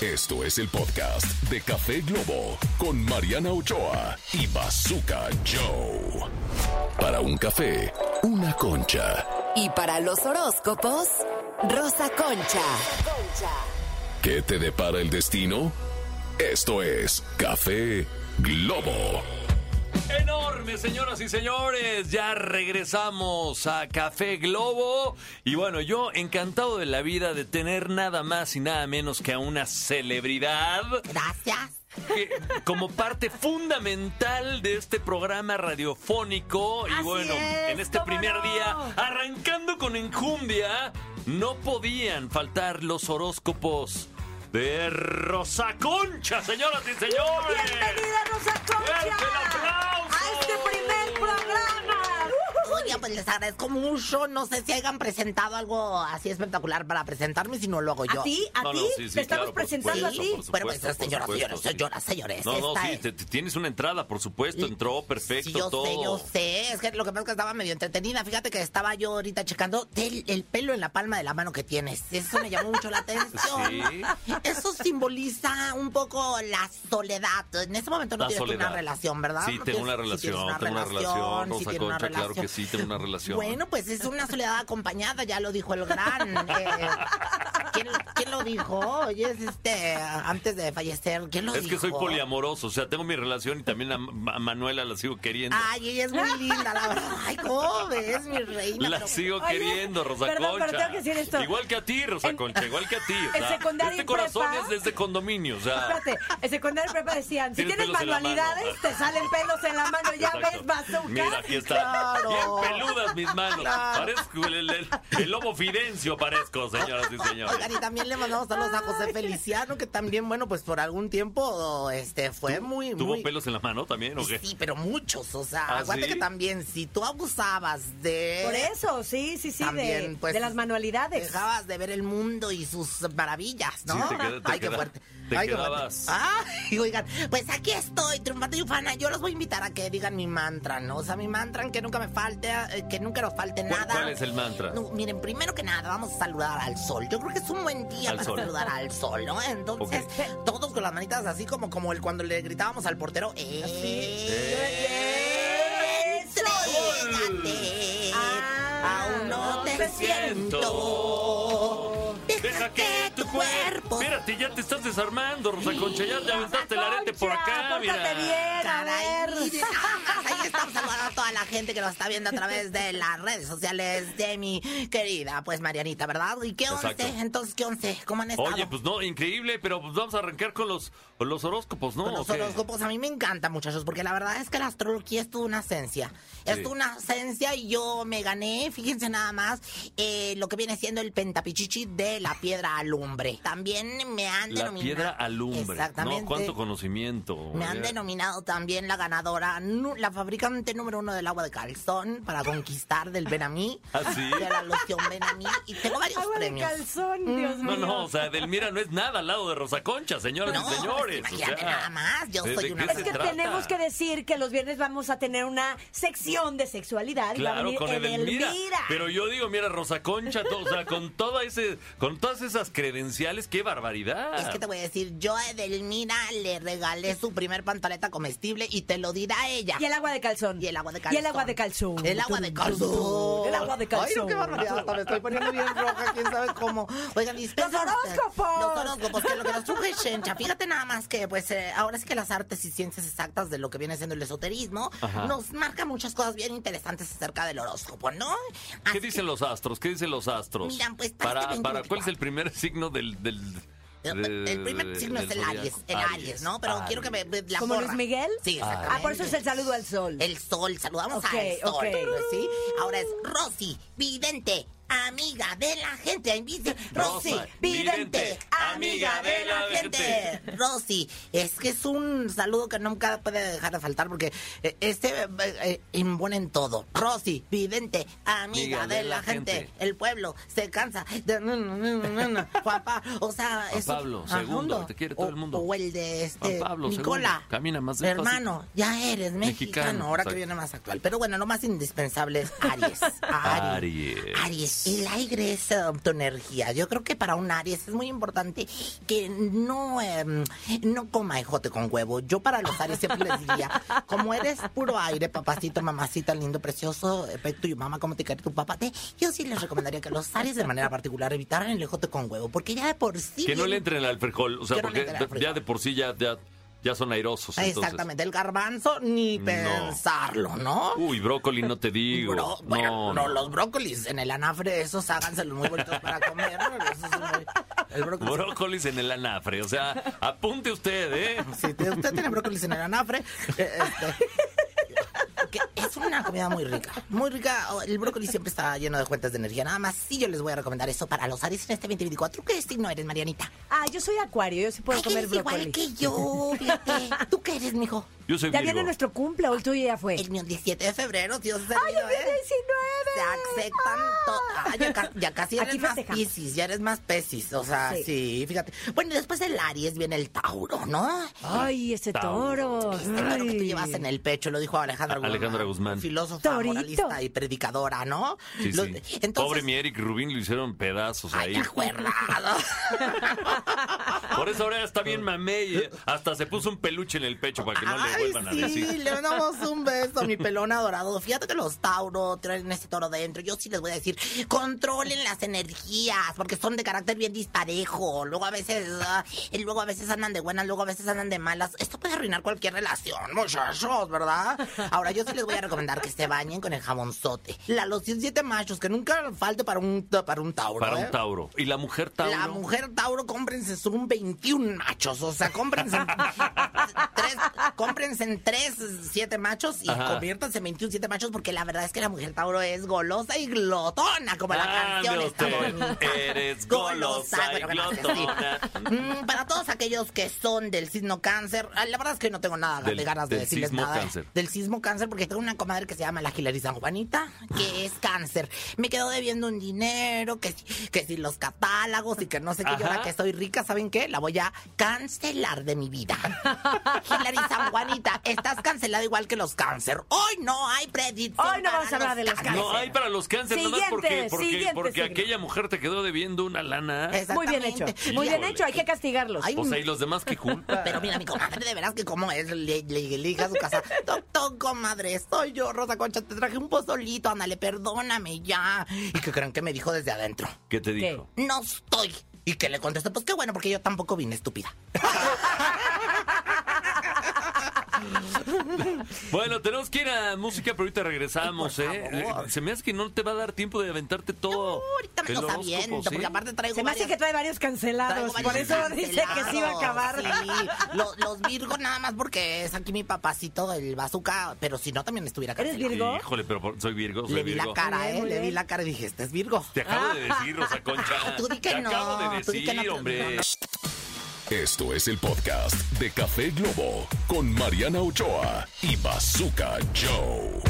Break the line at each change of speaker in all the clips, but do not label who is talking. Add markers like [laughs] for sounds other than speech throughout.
Esto es el podcast de Café Globo con Mariana Ochoa y Bazooka Joe. Para un café, una concha.
Y para los horóscopos, Rosa Concha.
¿Qué te depara el destino? Esto es Café Globo.
Enorme, señoras y señores. Ya regresamos a Café Globo. Y bueno, yo encantado de la vida de tener nada más y nada menos que a una celebridad.
Gracias.
que- como parte fundamental de este programa radiofónico. y
Así
bueno,
es,
en este
¿cómo
primer
no?
día, arrancando con Enjundia, no podían faltar los horóscopos de Rosa Concha, señoras y señores.
Bienvenida Rosa
¡Fuerte
Concha
el aplauso!
a este primer programa.
Oigan, pues les agradezco mucho. No sé si hayan presentado algo así espectacular para presentarme, si no lo hago yo.
A ti, a
No, no,
ti,
¿Ah, sí, sí,
te estamos
claro, por
presentando
supuesto,
a ti.
por
Bueno,
supuesto,
pues,
por
señores,
supuesto,
señores, señores, señores.
No, no,
esta
sí,
es-
te- te- tienes una entrada, por supuesto, entró perfecto
Sí, yo
todo.
sé, yo sé. Es que lo que pasa es que estaba medio entretenida. Fíjate que estaba yo ahorita checando el, el pelo en la palma de la mano que tienes. Eso me llamó mucho la atención.
[laughs] Sí.
Eso simboliza un poco la soledad. En ese momento no
La
tienes
soledad.
una relación, ¿verdad?
Sí,
No
tengo
tienes-
una
sí
relación,
tienes una
tengo una relación,
sí
Rosa
tienes una
Concha, claro que
relación.
sí, tengo una relación.
Bueno, pues es una soledad acompañada, ya lo dijo el gran. eh, ¿quién, quién lo dijo? Oye, es este, antes de fallecer, ¿quién lo
es
dijo?
que soy poliamoroso, o sea, tengo mi relación y también a, Ma- a Manuela la sigo queriendo.
Ay, ella es muy linda, la verdad. Ay, ¿cómo ves, mi reina?
la
Pero-
sigo
Oye,
queriendo, Rosa
perdón, pero
Concha.
tengo que decir esto.
Igual que a ti, Rosa
En-
Concha, igual que a ti. o
En
sea,
secundaria
este
y
corazón
prepa-
es de este condominio, o sea.
Espérate, en secundaria y prepa decían, si
Tienes
tienes
pelos en la
manualidades,
mano.
te salen pelos en la mano, ya
Exacto.
ves, bazooka.
Mira, aquí está.
Claro.
Bien peludas mis manos.
Claro.
Parezco el, el- el- el lobo Fidencio, parezco, señoras y señores.
Oigan, y también le mandamos saludos a José Feliciano, que también, bueno, pues por algún tiempo este, fue muy.
¿Tuvo
muy...
pelos en la mano también o qué?
Sí, pero muchos. O sea,
¿Ah,
aguanta
sí?
que también, si tú abusabas de.
Por eso, sí, sí, sí,
También,
de,
pues,
de las manualidades.
Dejabas de ver el mundo y sus maravillas, ¿no?
Sí, te queda- te
Ay, qué
queda-
fuerte.
te
Ay, qué
quedabas.
fuerte. Ay, oigan, pues aquí estoy, triunfante y ufana. Yo los voy a invitar a que digan mi mantra, ¿no? O sea, mi mantra, que nunca me falte, eh, que nunca nos falte
¿Cuál,
nada.
cuál es el mantra?
No, miren, primero que nada, vamos a saludar al sol. Yo creo que es un buen día
Al
para
sol.
saludar al sol, ¿no? Entonces,
Ok.
todos con las manitas así como, como el cuando le gritábamos al portero. ¡Eh!
¡Eh!
¡Entrégate!
Ah,
aún no, te, siento.
Deja que tu cuerpo. Espérate, ya te estás desarmando, Rosa Concha. Ya te aventaste el arete por acá,
Concha, Pórtate
mira.
bien, a
Caray,
ver.
miren nada más. [laughs] ahí estamos saludando a toda la gente que nos está viendo a través de las redes sociales de mi querida, pues Marianita, ¿verdad? ¿Y qué once?
Exacto.
Entonces, ¿qué once? ¿Cómo han estado?
Oye, pues no, increíble, pero pues vamos a arrancar con los, con los horóscopos, ¿no?
Con
¿O
los
qué?
horóscopos a mí me encanta, muchachos, porque la verdad es que la astrología es toda una esencia. Es
Sí.
toda una esencia y yo me gané, fíjense nada más, eh, lo que viene siendo el pentapichichi de la piedra alumbre. También me han
La
denominado.
piedra alumbre.
Exactamente.
No, cuánto conocimiento.
Me han
Ya.
denominado también la ganadora, nu- la fabricante número uno del agua de calzón para conquistar del Benamí,
[laughs] ¿Ah, sí?
de la loción Benamí. Y tengo varios
Agua de
premios. Mm.
calzón, Dios mío.
No, no, o sea, Delmira no es nada al lado de Rosa Concha, señoras
No,
y señores.
pues,
o
imagínate
sea,
nada más, yo
¿de-
soy
de
una
qué
persona-
Es
se
que
trata?
tenemos que decir que los viernes vamos a tener una sección de sexualidad. y va a
Claro,
venir
con Edelmira. Pero yo digo, mira, Rosa Concha, to- o sea, con, toda ese, con todas esas credenciales, qué barbaridad.
Es que te voy a decir, yo a Edelmira le regalé su primer pantaleta comestible y te lo dirá ella.
Y el agua de calzón.
Y el agua de
Y
calzón.
el agua de calzón.
El agua de calzón.
El agua de calzón.
Ay, no, qué barbaridad. Hasta me estoy poniendo bien roja, quién sabe cómo. Oigan, dispensen
Los
ustedes.
horóscopos.
Los horóscopos, que lo que nos truje Shencha. Fíjate nada más que, pues, eh, ahora sí que las artes y ciencias exactas de lo que viene siendo el esoterismo
Ajá.
nos marca muchas cosas bien interesantes acerca del horóscopo, ¿no?
¿Qué
Así que-
dicen los astros? ¿Qué dicen los astros?
Mira, pues, para
para,
este
para
2024.
¿Cuál es el primer signo del... del
El, el primer
de-
signo es
Eh, del
el
zodiaco?
Aries, el Aries, ¿no? Pero quiero que me, me- la
¿Como
porra.
Luis Miguel?
Sí, exactamente.
Ah, por eso es el saludo al sol.
El sol, saludamos
Ok,
al sol.
ok.
¿sí? Ahora es Rosy, vidente, amiga de la gente. Ahí dice, [laughs] Rosy,
Rosa,
vidente, amiga de la gente. Rosy, es que es un saludo que nunca puede dejar de faltar porque eh, este eh, eh, impone en todo. Rosy, vidente, amiga de, la, gente. El pueblo se cansa. De, no, no, no, no, no. Juan Pa- o sea,
Juan
es un-
Pablo
ajá,
segundo,
no.
te quiere todo
O-
el mundo.
O el de este,
Juan Pablo
Nicola.
segundo, camina más despacio.
Hermano, ya eres mexicano,
Mexicano,
ahora que
exacto.
viene más actual. Pero bueno, lo más indispensable es Aries. Aries.
[laughs] Aries.
um, Aries, el aire es eh, tu energía. Yo creo que para un Aries es muy importante gente que no, em, no coma ejote con huevo. Yo para los Aries siempre les diría,
[laughs]
como eres puro aire, papacito, mamacita, lindo, precioso, eh, pe- tu mamá, como te cae tu papá, te- yo sí les recomendaría que los Aries de manera particular evitaran el ejote con huevo, porque ya de por sí...
Que no le
viene-
entren al alcohol, o sea,
Que no le
porque
entren al alcohol.
ya de por sí ya, ya, ya son airosos. entonces.
Exactamente, el garbanzo ni pensarlo, ¿no?
Uy, brócoli no te digo.
Ah. Bro- bueno,
no,
no, los brócolis en el anafre, esos háganselos muy bonitos para comer. ¿no? Esos son muy- el brócoli.
Brócolis en el anafre, o sea, apunte usted, ¿eh?
Si te- usted tiene brócolis en el anafre, eh, este, que es una comida muy rica. Muy rica. Oh, El brócoli siempre está lleno de fuentes de energía. Nada más, sí, yo les voy a recomendar eso para los Aries en este 2024. ¿Qué signo eres, Marianita?
Ah, yo soy acuario, yo sí puedo
Ay,
comer
eres
brócoli.
igual que yo, fíjate. ¿Tú qué eres, mijo?
Yo soy
Ya viene
Virgo.
nuestro cumple, o el tuyo ya fue.
El mío 17 de febrero, Dios mío,
¡Ay, el
¿eh?
19!
Se aceptan to- Ah, ya, ca- ya casi
Aquí
eres más
festejamos.
piscis, ya eres más pesis. O sea,
Sí.
sí. fíjate. Bueno, y después del Aries viene el Tauro, ¿no?
Ay, ese
Tauro.
toro.
Este Tauro que tú
Ay.
llevas en el pecho, lo dijo Alejandra Guzmán.
Alejandra Guzmán.
Filósofa,
Torito.
moralista y predicadora, ¿no?
Sí,
Lo-
sí.
Entonces,
Pobre mi Eric Rubín lo hicieron pedazos
Ay,
ahí. [laughs]
acuerdado.
Por eso ahora está bien mamey. eh. Hasta se puso un peluche en el pecho para que no le
Ah. Ay,
vuelvan a
sí,
decir.
le mandamos un beso a mi pelón adorado. Fíjate que los Tauro traen ese toro dentro. Yo sí les voy a decir, controlen las energías, porque son de carácter bien disparejo. Luego a veces, ah, y luego a veces andan de buenas, luego a veces andan de malas. Esto puede arruinar cualquier relación, muchachos, ¿verdad? Ahora yo sí les voy a recomendar que se bañen con el jabonzote. La los 17 machos, que nunca falte para un, para un Tauro.
Para
¿eh?
un Tauro. ¿Y la mujer Tauro?
La mujer Tauro, cómprense son 21 machos. O sea, cómprense, [laughs] tres, cómprense en 3, 7 machos y
Ajá.
conviértanse en 21, 7 machos porque la verdad es que la mujer Tauro es golosa y glotona, como la
Ah,
canción
de
está
usted.
bonita. [laughs]
Eres golosa y
bueno, que no sé,
glotona.
sí. Mm, Para todos aquellos que son del sismo cáncer, ah, la verdad es que no tengo nada
Del-
de ganas de
del
decirles
sismo
nada. ¿eh?
cáncer.
Del sismo cáncer, porque tengo una comadre que se llama la Hilary San Juanita, que es cáncer. Me quedó debiendo un dinero, que, si- que si los catálogos y que no sé qué, yo
Ajá.
ahora que estoy rica, ¿saben qué? La voy a cancelar de mi vida. Hilary San Juanita, estás cancelada igual que los cáncer. Hoy no hay predicción.
Hoy no
para
vamos a hablar de los
cáncer.
No hay para los cánceres, nomás porque,
Siguiente,
porque,
siguiente
porque
signo.
aquella mujer te quedó debiendo una lana.
Eh,
Muy bien hecho.
Exactamente.
Muy bien
Híjole.
hecho, hay que castigarlos.
Ay,
Pues ahí los demás, qué culpa.
Pero mira, mi comadre, de veras que cómo es, le, le, le hija a su casa. Doctor, comadre, soy yo, Rosa Concha, te traje un pozolito, ándale, perdóname ya. ¿Y que creen que me dijo desde adentro?
¿Qué te dijo?
No estoy. Y que le contesté, pues qué bueno, porque yo tampoco vine estúpida.
Bueno, tenemos que ir a música, pero ahorita regresamos,
Por
¿eh?
favor.
Se me hace que no te va a dar tiempo de aventarte todo.
Ahorita me
el
lo
horóscopo,
sabiendo,
pues, ¿sí?
porque aparte traigo
Se me hace
varias-
que trae varios cancelados.
Traigo
Por
varios
eso dice que se iba a acabar.
cancelados, sí. Los, los Virgo nada más porque es aquí mi papacito del bazooka, pero si no también estuviera
¿Eres
cancelado.
Virgo?
Híjole, pero por- soy Virgo, soy
Le vi la
Virgo.
cara,
Muy bien,
¿eh?
muy
Le vi
bien.
la cara y dije, este es Virgo.
Te acabo de decir, Rosa Concha.
[laughs] Tú di que
Te
no,
acabo de
tú di
decir,
que no, pero
hombre.
no, no.
Esto es el podcast de Café Globo con Mariana Ochoa y Bazooka Joe.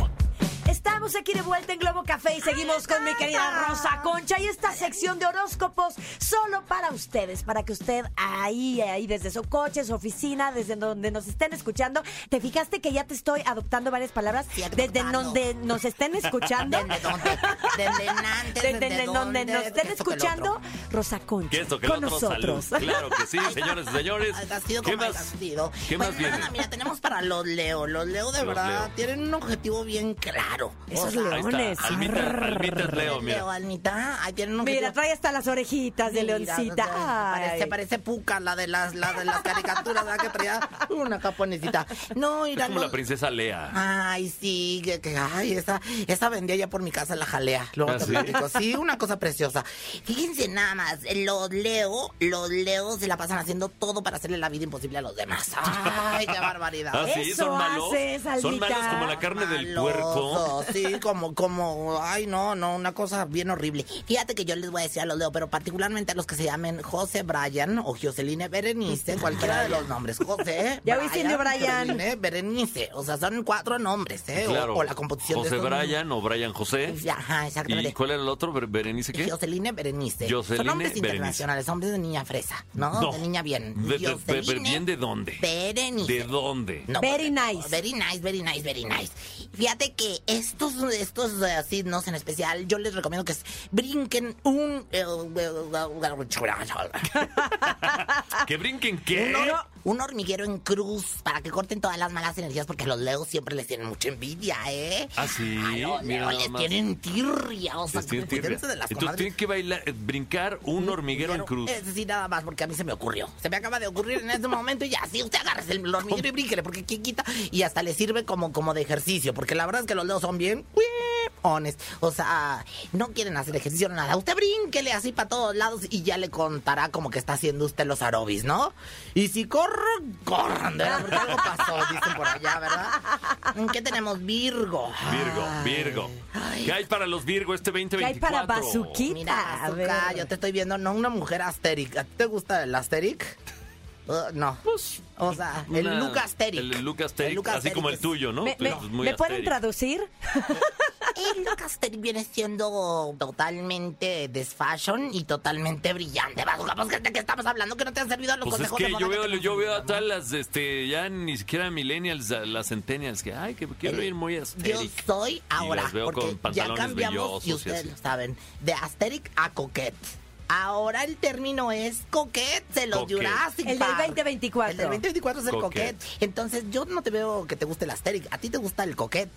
Estamos aquí de vuelta en Globo Café y seguimos con mi querida Rosa Concha y esta sección de horóscopos solo para ustedes, para que usted ahí, ahí desde su coche, su oficina, desde donde nos estén escuchando, ¿te fijaste que ya te estoy adoptando varias palabras?
Sí, adoptando.
Desde donde nos estén escuchando.
¿Desde dónde? ¿Desde Nantes?
[laughs] Desde,
¿Desde
donde
dónde?
nos estén
Esto que lo
escuchando,
otro.
Rosa Concha,
Que esto, que lo
con
otro,
nosotros.
salud. Claro que
[laughs]
sí, señores y señores.
Ha sido
¿Qué
como ha
más?
sido.
¿Qué
Pues
más viene?
nada, mira, tenemos para los Leo. Los Leo de
Los
verdad
Leo.
tienen un objetivo bien claro.
Esos
sea,
Ahí
leones.
está, Almita,
Arr.
Almita es Leo,
Leo,
mira.
Almita, ahí tienen un objetivo.
[laughs] Mira, trae hasta las orejitas de
Mira,
leoncita.
o sea,
Ay.
Parece, parece puca la de las, la de las caricaturas, ¿verdad? Que traía una caponecita. No,
Es
mira,
como
los-
la princesa Lea.
Ay, sí, que, que- ay, esa, esa vendía ya por mi casa la jalea. Luego
¿Ah,
te
sí?
platico. Sí, una cosa preciosa. Fíjense nada más, los leo, los leo se la pasan haciendo todo para hacerle la vida imposible a los demás. Ay, qué
Ah,
barbaridad.
sí,
Eso
son malos.
haces,
son
Almita.
malos como la carne del puerco. [laughs]
Maloso, Sí, como, como, ay, no, no, una cosa bien horrible. Fíjate que yo les voy a decir a los Leo, pero particularmente a los que se llamen José Brian o Joseline Berenice, cualquiera de los nombres. José,
[laughs] Ya oíste, Indio Brian.
Joseline, Berenice. O sea, son cuatro nombres, ¿eh? O-
Claro.
O, la composición
José
de estos
Brian o Brian José.
nombres. Ajá,
¿Y
exactamente.
cuál era el otro? Ber- ¿Berenice qué?
Joseline Berenice.
Joseline
Son hombres
Berenice.
internacionales, hombres de niña fresa, ¿no?
No.
De niña bien.
Be- be- be-
Joseline
¿Bien de dónde?
Berenice.
¿De dónde?
No,
Very
pues,
nice.
Very nice, very nice, very nice. Fíjate que estos, estos eh, signos en especial, yo les recomiendo que s- brinquen un... eh, Ah.
¿Que brinquen [laughs] qué?
Un, hor- un hormiguero en cruz para que corten todas las malas energías porque los leos siempre les tienen mucha envidia, ¿eh?
Ah, sí,
A
mira
los leos
nada
les
más.
tienen tirria, o sea,
Les tienen tirria.
cuídense de las
Entonces
comadres.
tienen que bailar, eh, brincar un hormiguero en cruz.
Ese sí, nada más, porque a mí se me ocurrió. Se me acaba de ocurrir en este momento y ya, sí, usted agarra el hormiguero y bríquele, porque quién quita. Y hasta le sirve como, como de ejercicio, porque la verdad es que los leos son bien honest. O sea, no quieren hacer ejercicio nada. Usted brínquele así para todos lados y ya le contará como que está haciendo usted los aerobis, ¿no? Y si corren, corran, de verdad, porque algo pasó, dicen por allá, ¿verdad? ¿Qué tenemos? Virgo.
Virgo,
Ay.
Virgo.
Ay,
¿Qué hay para los Virgo este 2024?
¿Qué hay para Bazuquita?
Mira,
A
Azúcar,
ver.
yo te estoy viendo, no una mujer asteric. ¿A ti te gusta el asteric?
[laughs]
Uh, no.
Pues,
O sea,
una-
el look asteric.
El look asteric,
El look
así como el
asteric
tuyo, ¿no?
¿Me,
Tú
me-
eres Oh, pues muy
¿me pueden
asteric.
traducir?
es- El look asteric viene siendo totalmente desfashion y totalmente brillante. Bazooka, pues, ¿de qué estamos hablando? Que no te han servido los
Pues es
consejos de
que
moda
yo veo,
te
yo veo a
hemos dado,
todas
¿no?
las, este, ya ni siquiera millennials, a las centennials, que, ay, que quiero
El-
ir muy
Yo
asteric.
soy ahora,
las veo con
porque ya
pantalones
cambiamos,
vellosos y
y ustedes
así.
lo saben, de asteric a coquette. Ahora el término es coquette, se los
Coquette.
Jurassic
El del
Park.
2024.
El del 2024 es el
Coquette.
coquette. Entonces, yo no te veo que te guste el asteric, a ti te gusta el coquette.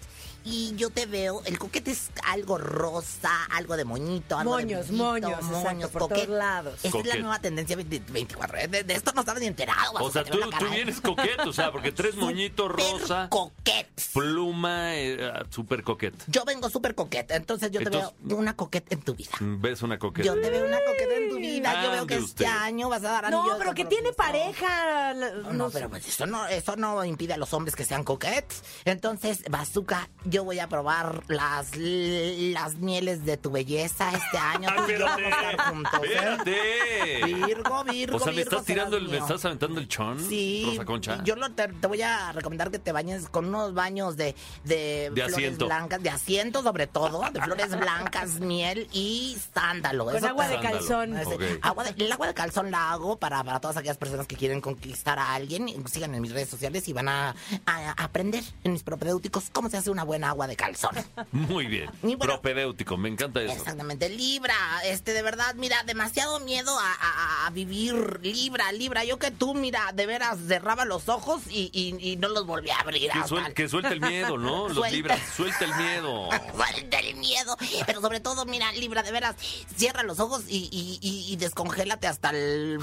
Y yo te veo, el coquete es algo rosa, algo de moñito, algo
Moños,
de brillito,
moños, exacto, por todos
coquette.
lados.
Esa es
Coquette.
la nueva tendencia 2024. ¿eh? De, de esto no estabas ni enterado.
o sea,
te
tú,
veo la cara,
tú
¿eh?
vienes coqueto, o sea, porque
[laughs]
tres moñitos
Súper
rosa,
coquette.
pluma, eh, ah, súper coquete.
Yo vengo súper coqueta, entonces yo te
Entonces-
veo una coqueta en tu vida.
Ves una coqueta.
Yo te veo una coqueta en tu vida. Yo veo que
Ande
este
usted.
año vas a dar anillo
No,
de
pero que
compromiso.
tiene pareja. la-
No,
no sé.
pero pues eso no, eso no impide a los hombres que sean coquetes. Entonces, Bazooka, yo voy a probar las, las mieles de tu belleza
[laughs]
este año. Tú y yo vamos a estar juntos, ¿eh?
Ah, espérate.
Virgo, Virgo,
O sea, me
Virgo
estás tirando,
serás
el, me
mío.
estás aventando el chon,
Sí,
Rosa Concha.
yo lo te, te voy a recomendar que te bañes con unos baños de, de,
De
flores
asiento.
blancas, de asiento sobre todo, de flores
[laughs]
blancas, miel y sándalo.
Con
Eso
agua
te-
de
Sándalo.
calzón.
Ese,
Ok.
agua de- el agua de calzón la hago para, para todas aquellas personas que quieren conquistar a alguien. Sigan en mis redes sociales y van a, a aprender en mis propedéuticos cómo se hace una buena agua de calzón.
Muy bien.
Y bueno-
Propedéutico, me encanta eso.
Exactamente, Libra, este de verdad, mira, demasiado miedo a, a- a vivir, Libra, Libra, yo que tú, mira, de veras cerraba los ojos y, y- y no los volví a abrir.
Que,
hasta
suel-
el- [laughs]
que suelta el miedo, ¿no? Los
Suelta.
libras, suelta el
[laughs]
miedo.
Suelta el miedo. Pero sobre todo, mira, Libra, de veras, cierra los ojos y, y, y- y descongélate hasta el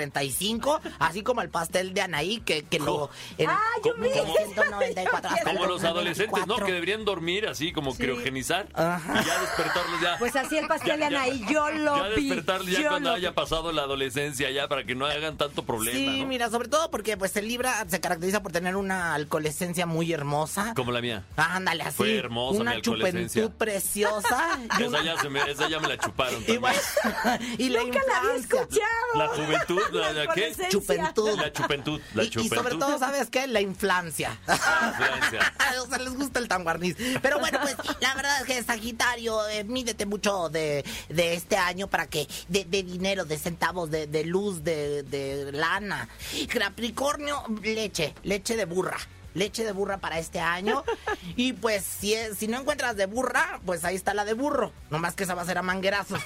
2045, así como el pastel de Anaí, que, que lo. En,
Ah, yo
como
vi eso.
1994 hasta el
Como los adolescentes, ¿no?
2024.
Que deberían dormir así, como criogenizar.
Ajá.
Y ya despertarlos ya.
Pues así el pastel de
Ya, ya.
Anaí, yo lo
ya
vi.
despertarlos ya
yo
cuando
lo
haya
vi.
pasado la adolescencia, ya para que no hagan tanto problema.
Sí,
¿no?
mira, sobre todo porque pues el Libra se caracteriza por tener una alcoholescencia muy hermosa.
Como la mía.
Ándale, así.
Fue hermosa mi
Una
alcoholescencia.
chupentud preciosa.
[laughs]
y
Esa
una-
ya, se me, esa ya me la chuparon
y
también.
bueno, [laughs] y la
Nunca la había
infancia.
escuchado.
La juventud, la- la qué?
adolescencia.
Chupentud.
La chupentud, la
y, y
chupentud.
sobre todo, ¿sabes qué? La inflancia.
Francia.
[laughs] o sea, les gusta el tanguarniz. Pero bueno, pues la verdad es que Sagitario, eh, mídete mucho de, de este año para que, de, de dinero, de centavos, de, de luz, de, de lana. Capricornio, leche, leche de burra. Leche de burra para este [laughs] año. Y pues, si, es- si no encuentras de burra, pues ahí está la de burro. Nomás que esa va a ser a manguerazos.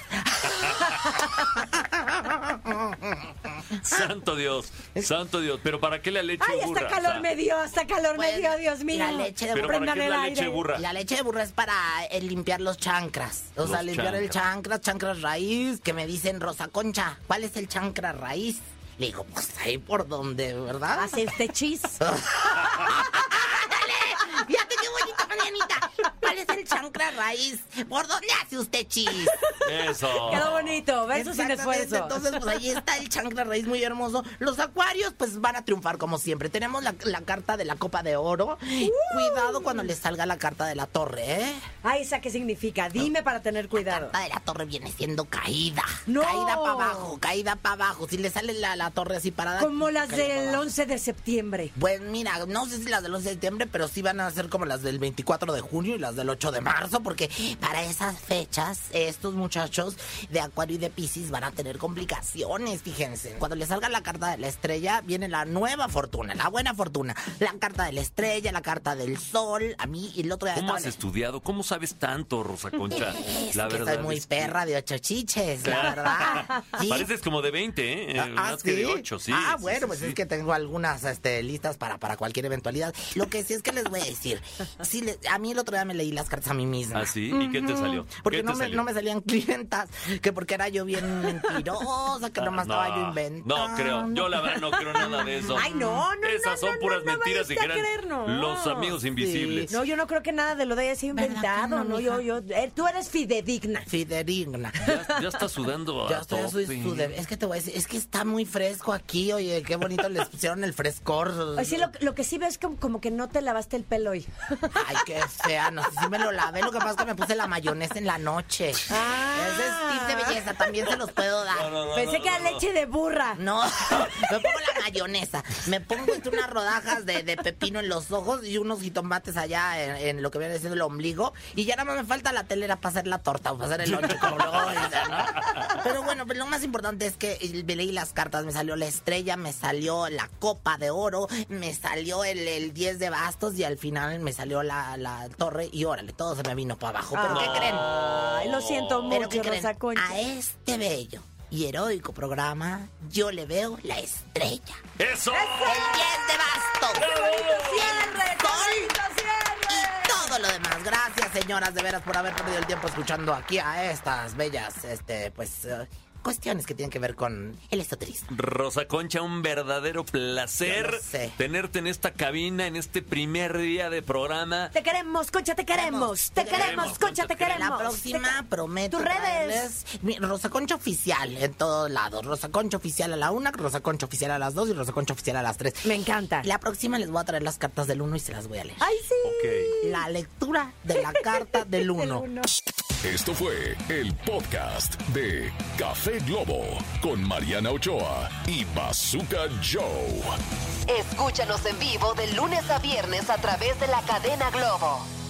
Santo Dios, santo Dios. Pero ¿para qué la leche
Ay,
burra?
hasta
O sea,
calor me dio, hasta calor me
Bueno,
dio, Dios mío.
la leche de
Pero
burra.
¿para qué
Prendan
la
el
leche
aire.
burra?
La leche de burro es para eh, limpiar los chancras. O
Los
sea, limpiar el
chancras.
chancras, chancras raíz, que me dicen Rosa Concha, ¿cuál es el chancra raíz? Le digo, pues ahí por donde, ¿verdad?
Hace
[laughs]
este chis.
¡Ándale! [laughs] Fíjate qué bonita, Marianita. ¿Cuál es el chancra raíz? ¿Por dónde hace usted chis? [laughs]
Eso.
Quedó bonito, verso sin
Exactamente,
esfuerzo.
Entonces, pues ahí está el chancla raíz muy hermoso. Los acuarios, pues van a triunfar como siempre. Tenemos la, la carta de la copa de oro. Cuidado cuando les salga la carta de la torre, ¿eh?
Ay, ¿esa qué significa? Dime para tener cuidado.
La de la torre viene siendo caída.
¡No!
Caída para abajo, caída para abajo. Si le sale la, la torre así parada.
Como las
caída pa'
del
abajo.
11 de septiembre.
Pues mira, no sé si las del 11 de septiembre, pero sí van a ser como las del 24 de junio y las del 8 de marzo, porque para esas fechas, estos muchachos de Acuario y de Pisces van a tener complicaciones, fíjense. Cuando les salga la carta de la estrella, viene la nueva fortuna, la buena fortuna. La carta de la estrella, la carta del sol. A mí, y el otro día
¿Cómo
estaba
has estudiado? ¿Cómo sabes tanto,
[laughs]
Rosa Concha?
Es que soy muy
es que-
perra de ocho chiches, la
[laughs]
verdad. Sí.
Pareces como de 20, ¿eh?
Ah,
Eh, Más que de 8, sí.
Ah,
sí,
bueno,
sí,
pues
sí.
es que tengo algunas este, listas para, para cualquier eventualidad. Lo que sí es que les voy a decir. Sí, le- a mí el otro día me leí las cartas a mí misma. Mm,
¿Ah, sí? ¿Y qué te salió?
Porque
¿Qué
no
te
me,
salió?
no me salían clientas, que porque era yo bien mentirosa, que
Ah,
nomás estaba yo inventando.
No creo, yo la verdad no creo nada de eso.
Ah, Ay, no, no,
Esas
no,
son
no,
puras
no, no
mentiras
vayas a
dijeran
creer, no.
los amigos invisibles.
No, yo no creo que nada de lo de haya sido
¿Verdad que
inventado.
no,
No,
mija?
yo, yo, eh, tú eres fidedigna.
Fidedigna.
Ya, ya está
[laughs]
sudando. a
Ya estoy a su-
tope.
su de- Es que te voy a decir, es que está muy fresco aquí, oye, qué bonito les pusieron el frescor.
Ay, Pues sí, lo, lo que sí veo es como, como que no te lavaste el pelo hoy.
Ay, qué fea, no sé si me lo lavé, lo que pasa es que me puse la mayonesa en la noche.
Ah.
Ese es tip de belleza, también se los puedo dar.
No,
No,
no, no,
Pensé
no,
que era
no, no.
leche de
[laughs]
burra.
me pongo la mayonesa, me pongo entre unas rodajas de, de pepino en los ojos y unos jitomates allá en, en lo que viene siendo el ombligo y ya nada más me falta la telera para hacer la torta o para hacer el lonche como luego dicen, ¿no? Pero bueno, pero lo más importante es que me leí las cartas, me salió la estrella, me salió la copa de oro, me salió el, el 10 de bastos y al final me salió la, la torre y órale, todo se me vino para abajo. ¿Pero
Ah.
qué creen?
Ay, lo siento
Pero
mucho,
¿qué creen?
Rosa Concha.
A este bello y heroico programa yo le veo la estrella.
¡Eso!
El 10 de basto.
¡Qué bonito
El sol y
cierre!
todo lo demás. Gracias, señoras, de veras, por haber perdido el tiempo escuchando aquí a estas bellas, este, pues, eh, cuestiones que tienen que ver con el esoterismo.
Rosa Concha, un verdadero
Yo
placer
lo sé.
tenerte en esta cabina, en este primer día de programa.
Te queremos, Concha, te queremos. Te queremos, Concha, te queremos.
La próxima
Te-
prometo.
Tus redes.
traerles mi Rosa Concha Oficial en todos lados. Rosa Concha Oficial a la una, Rosa Concha Oficial a las dos y Rosa Concha Oficial a las tres.
Me encanta.
La próxima les voy a traer las cartas del uno y se las voy a leer.
Ay, sí.
Ok.
La lectura de la carta del uno.
uno.
Esto fue el podcast de Café Globo con Mariana Ochoa y Bazooka Joe.
Escúchanos en vivo de lunes a viernes a través de la cadena Globo.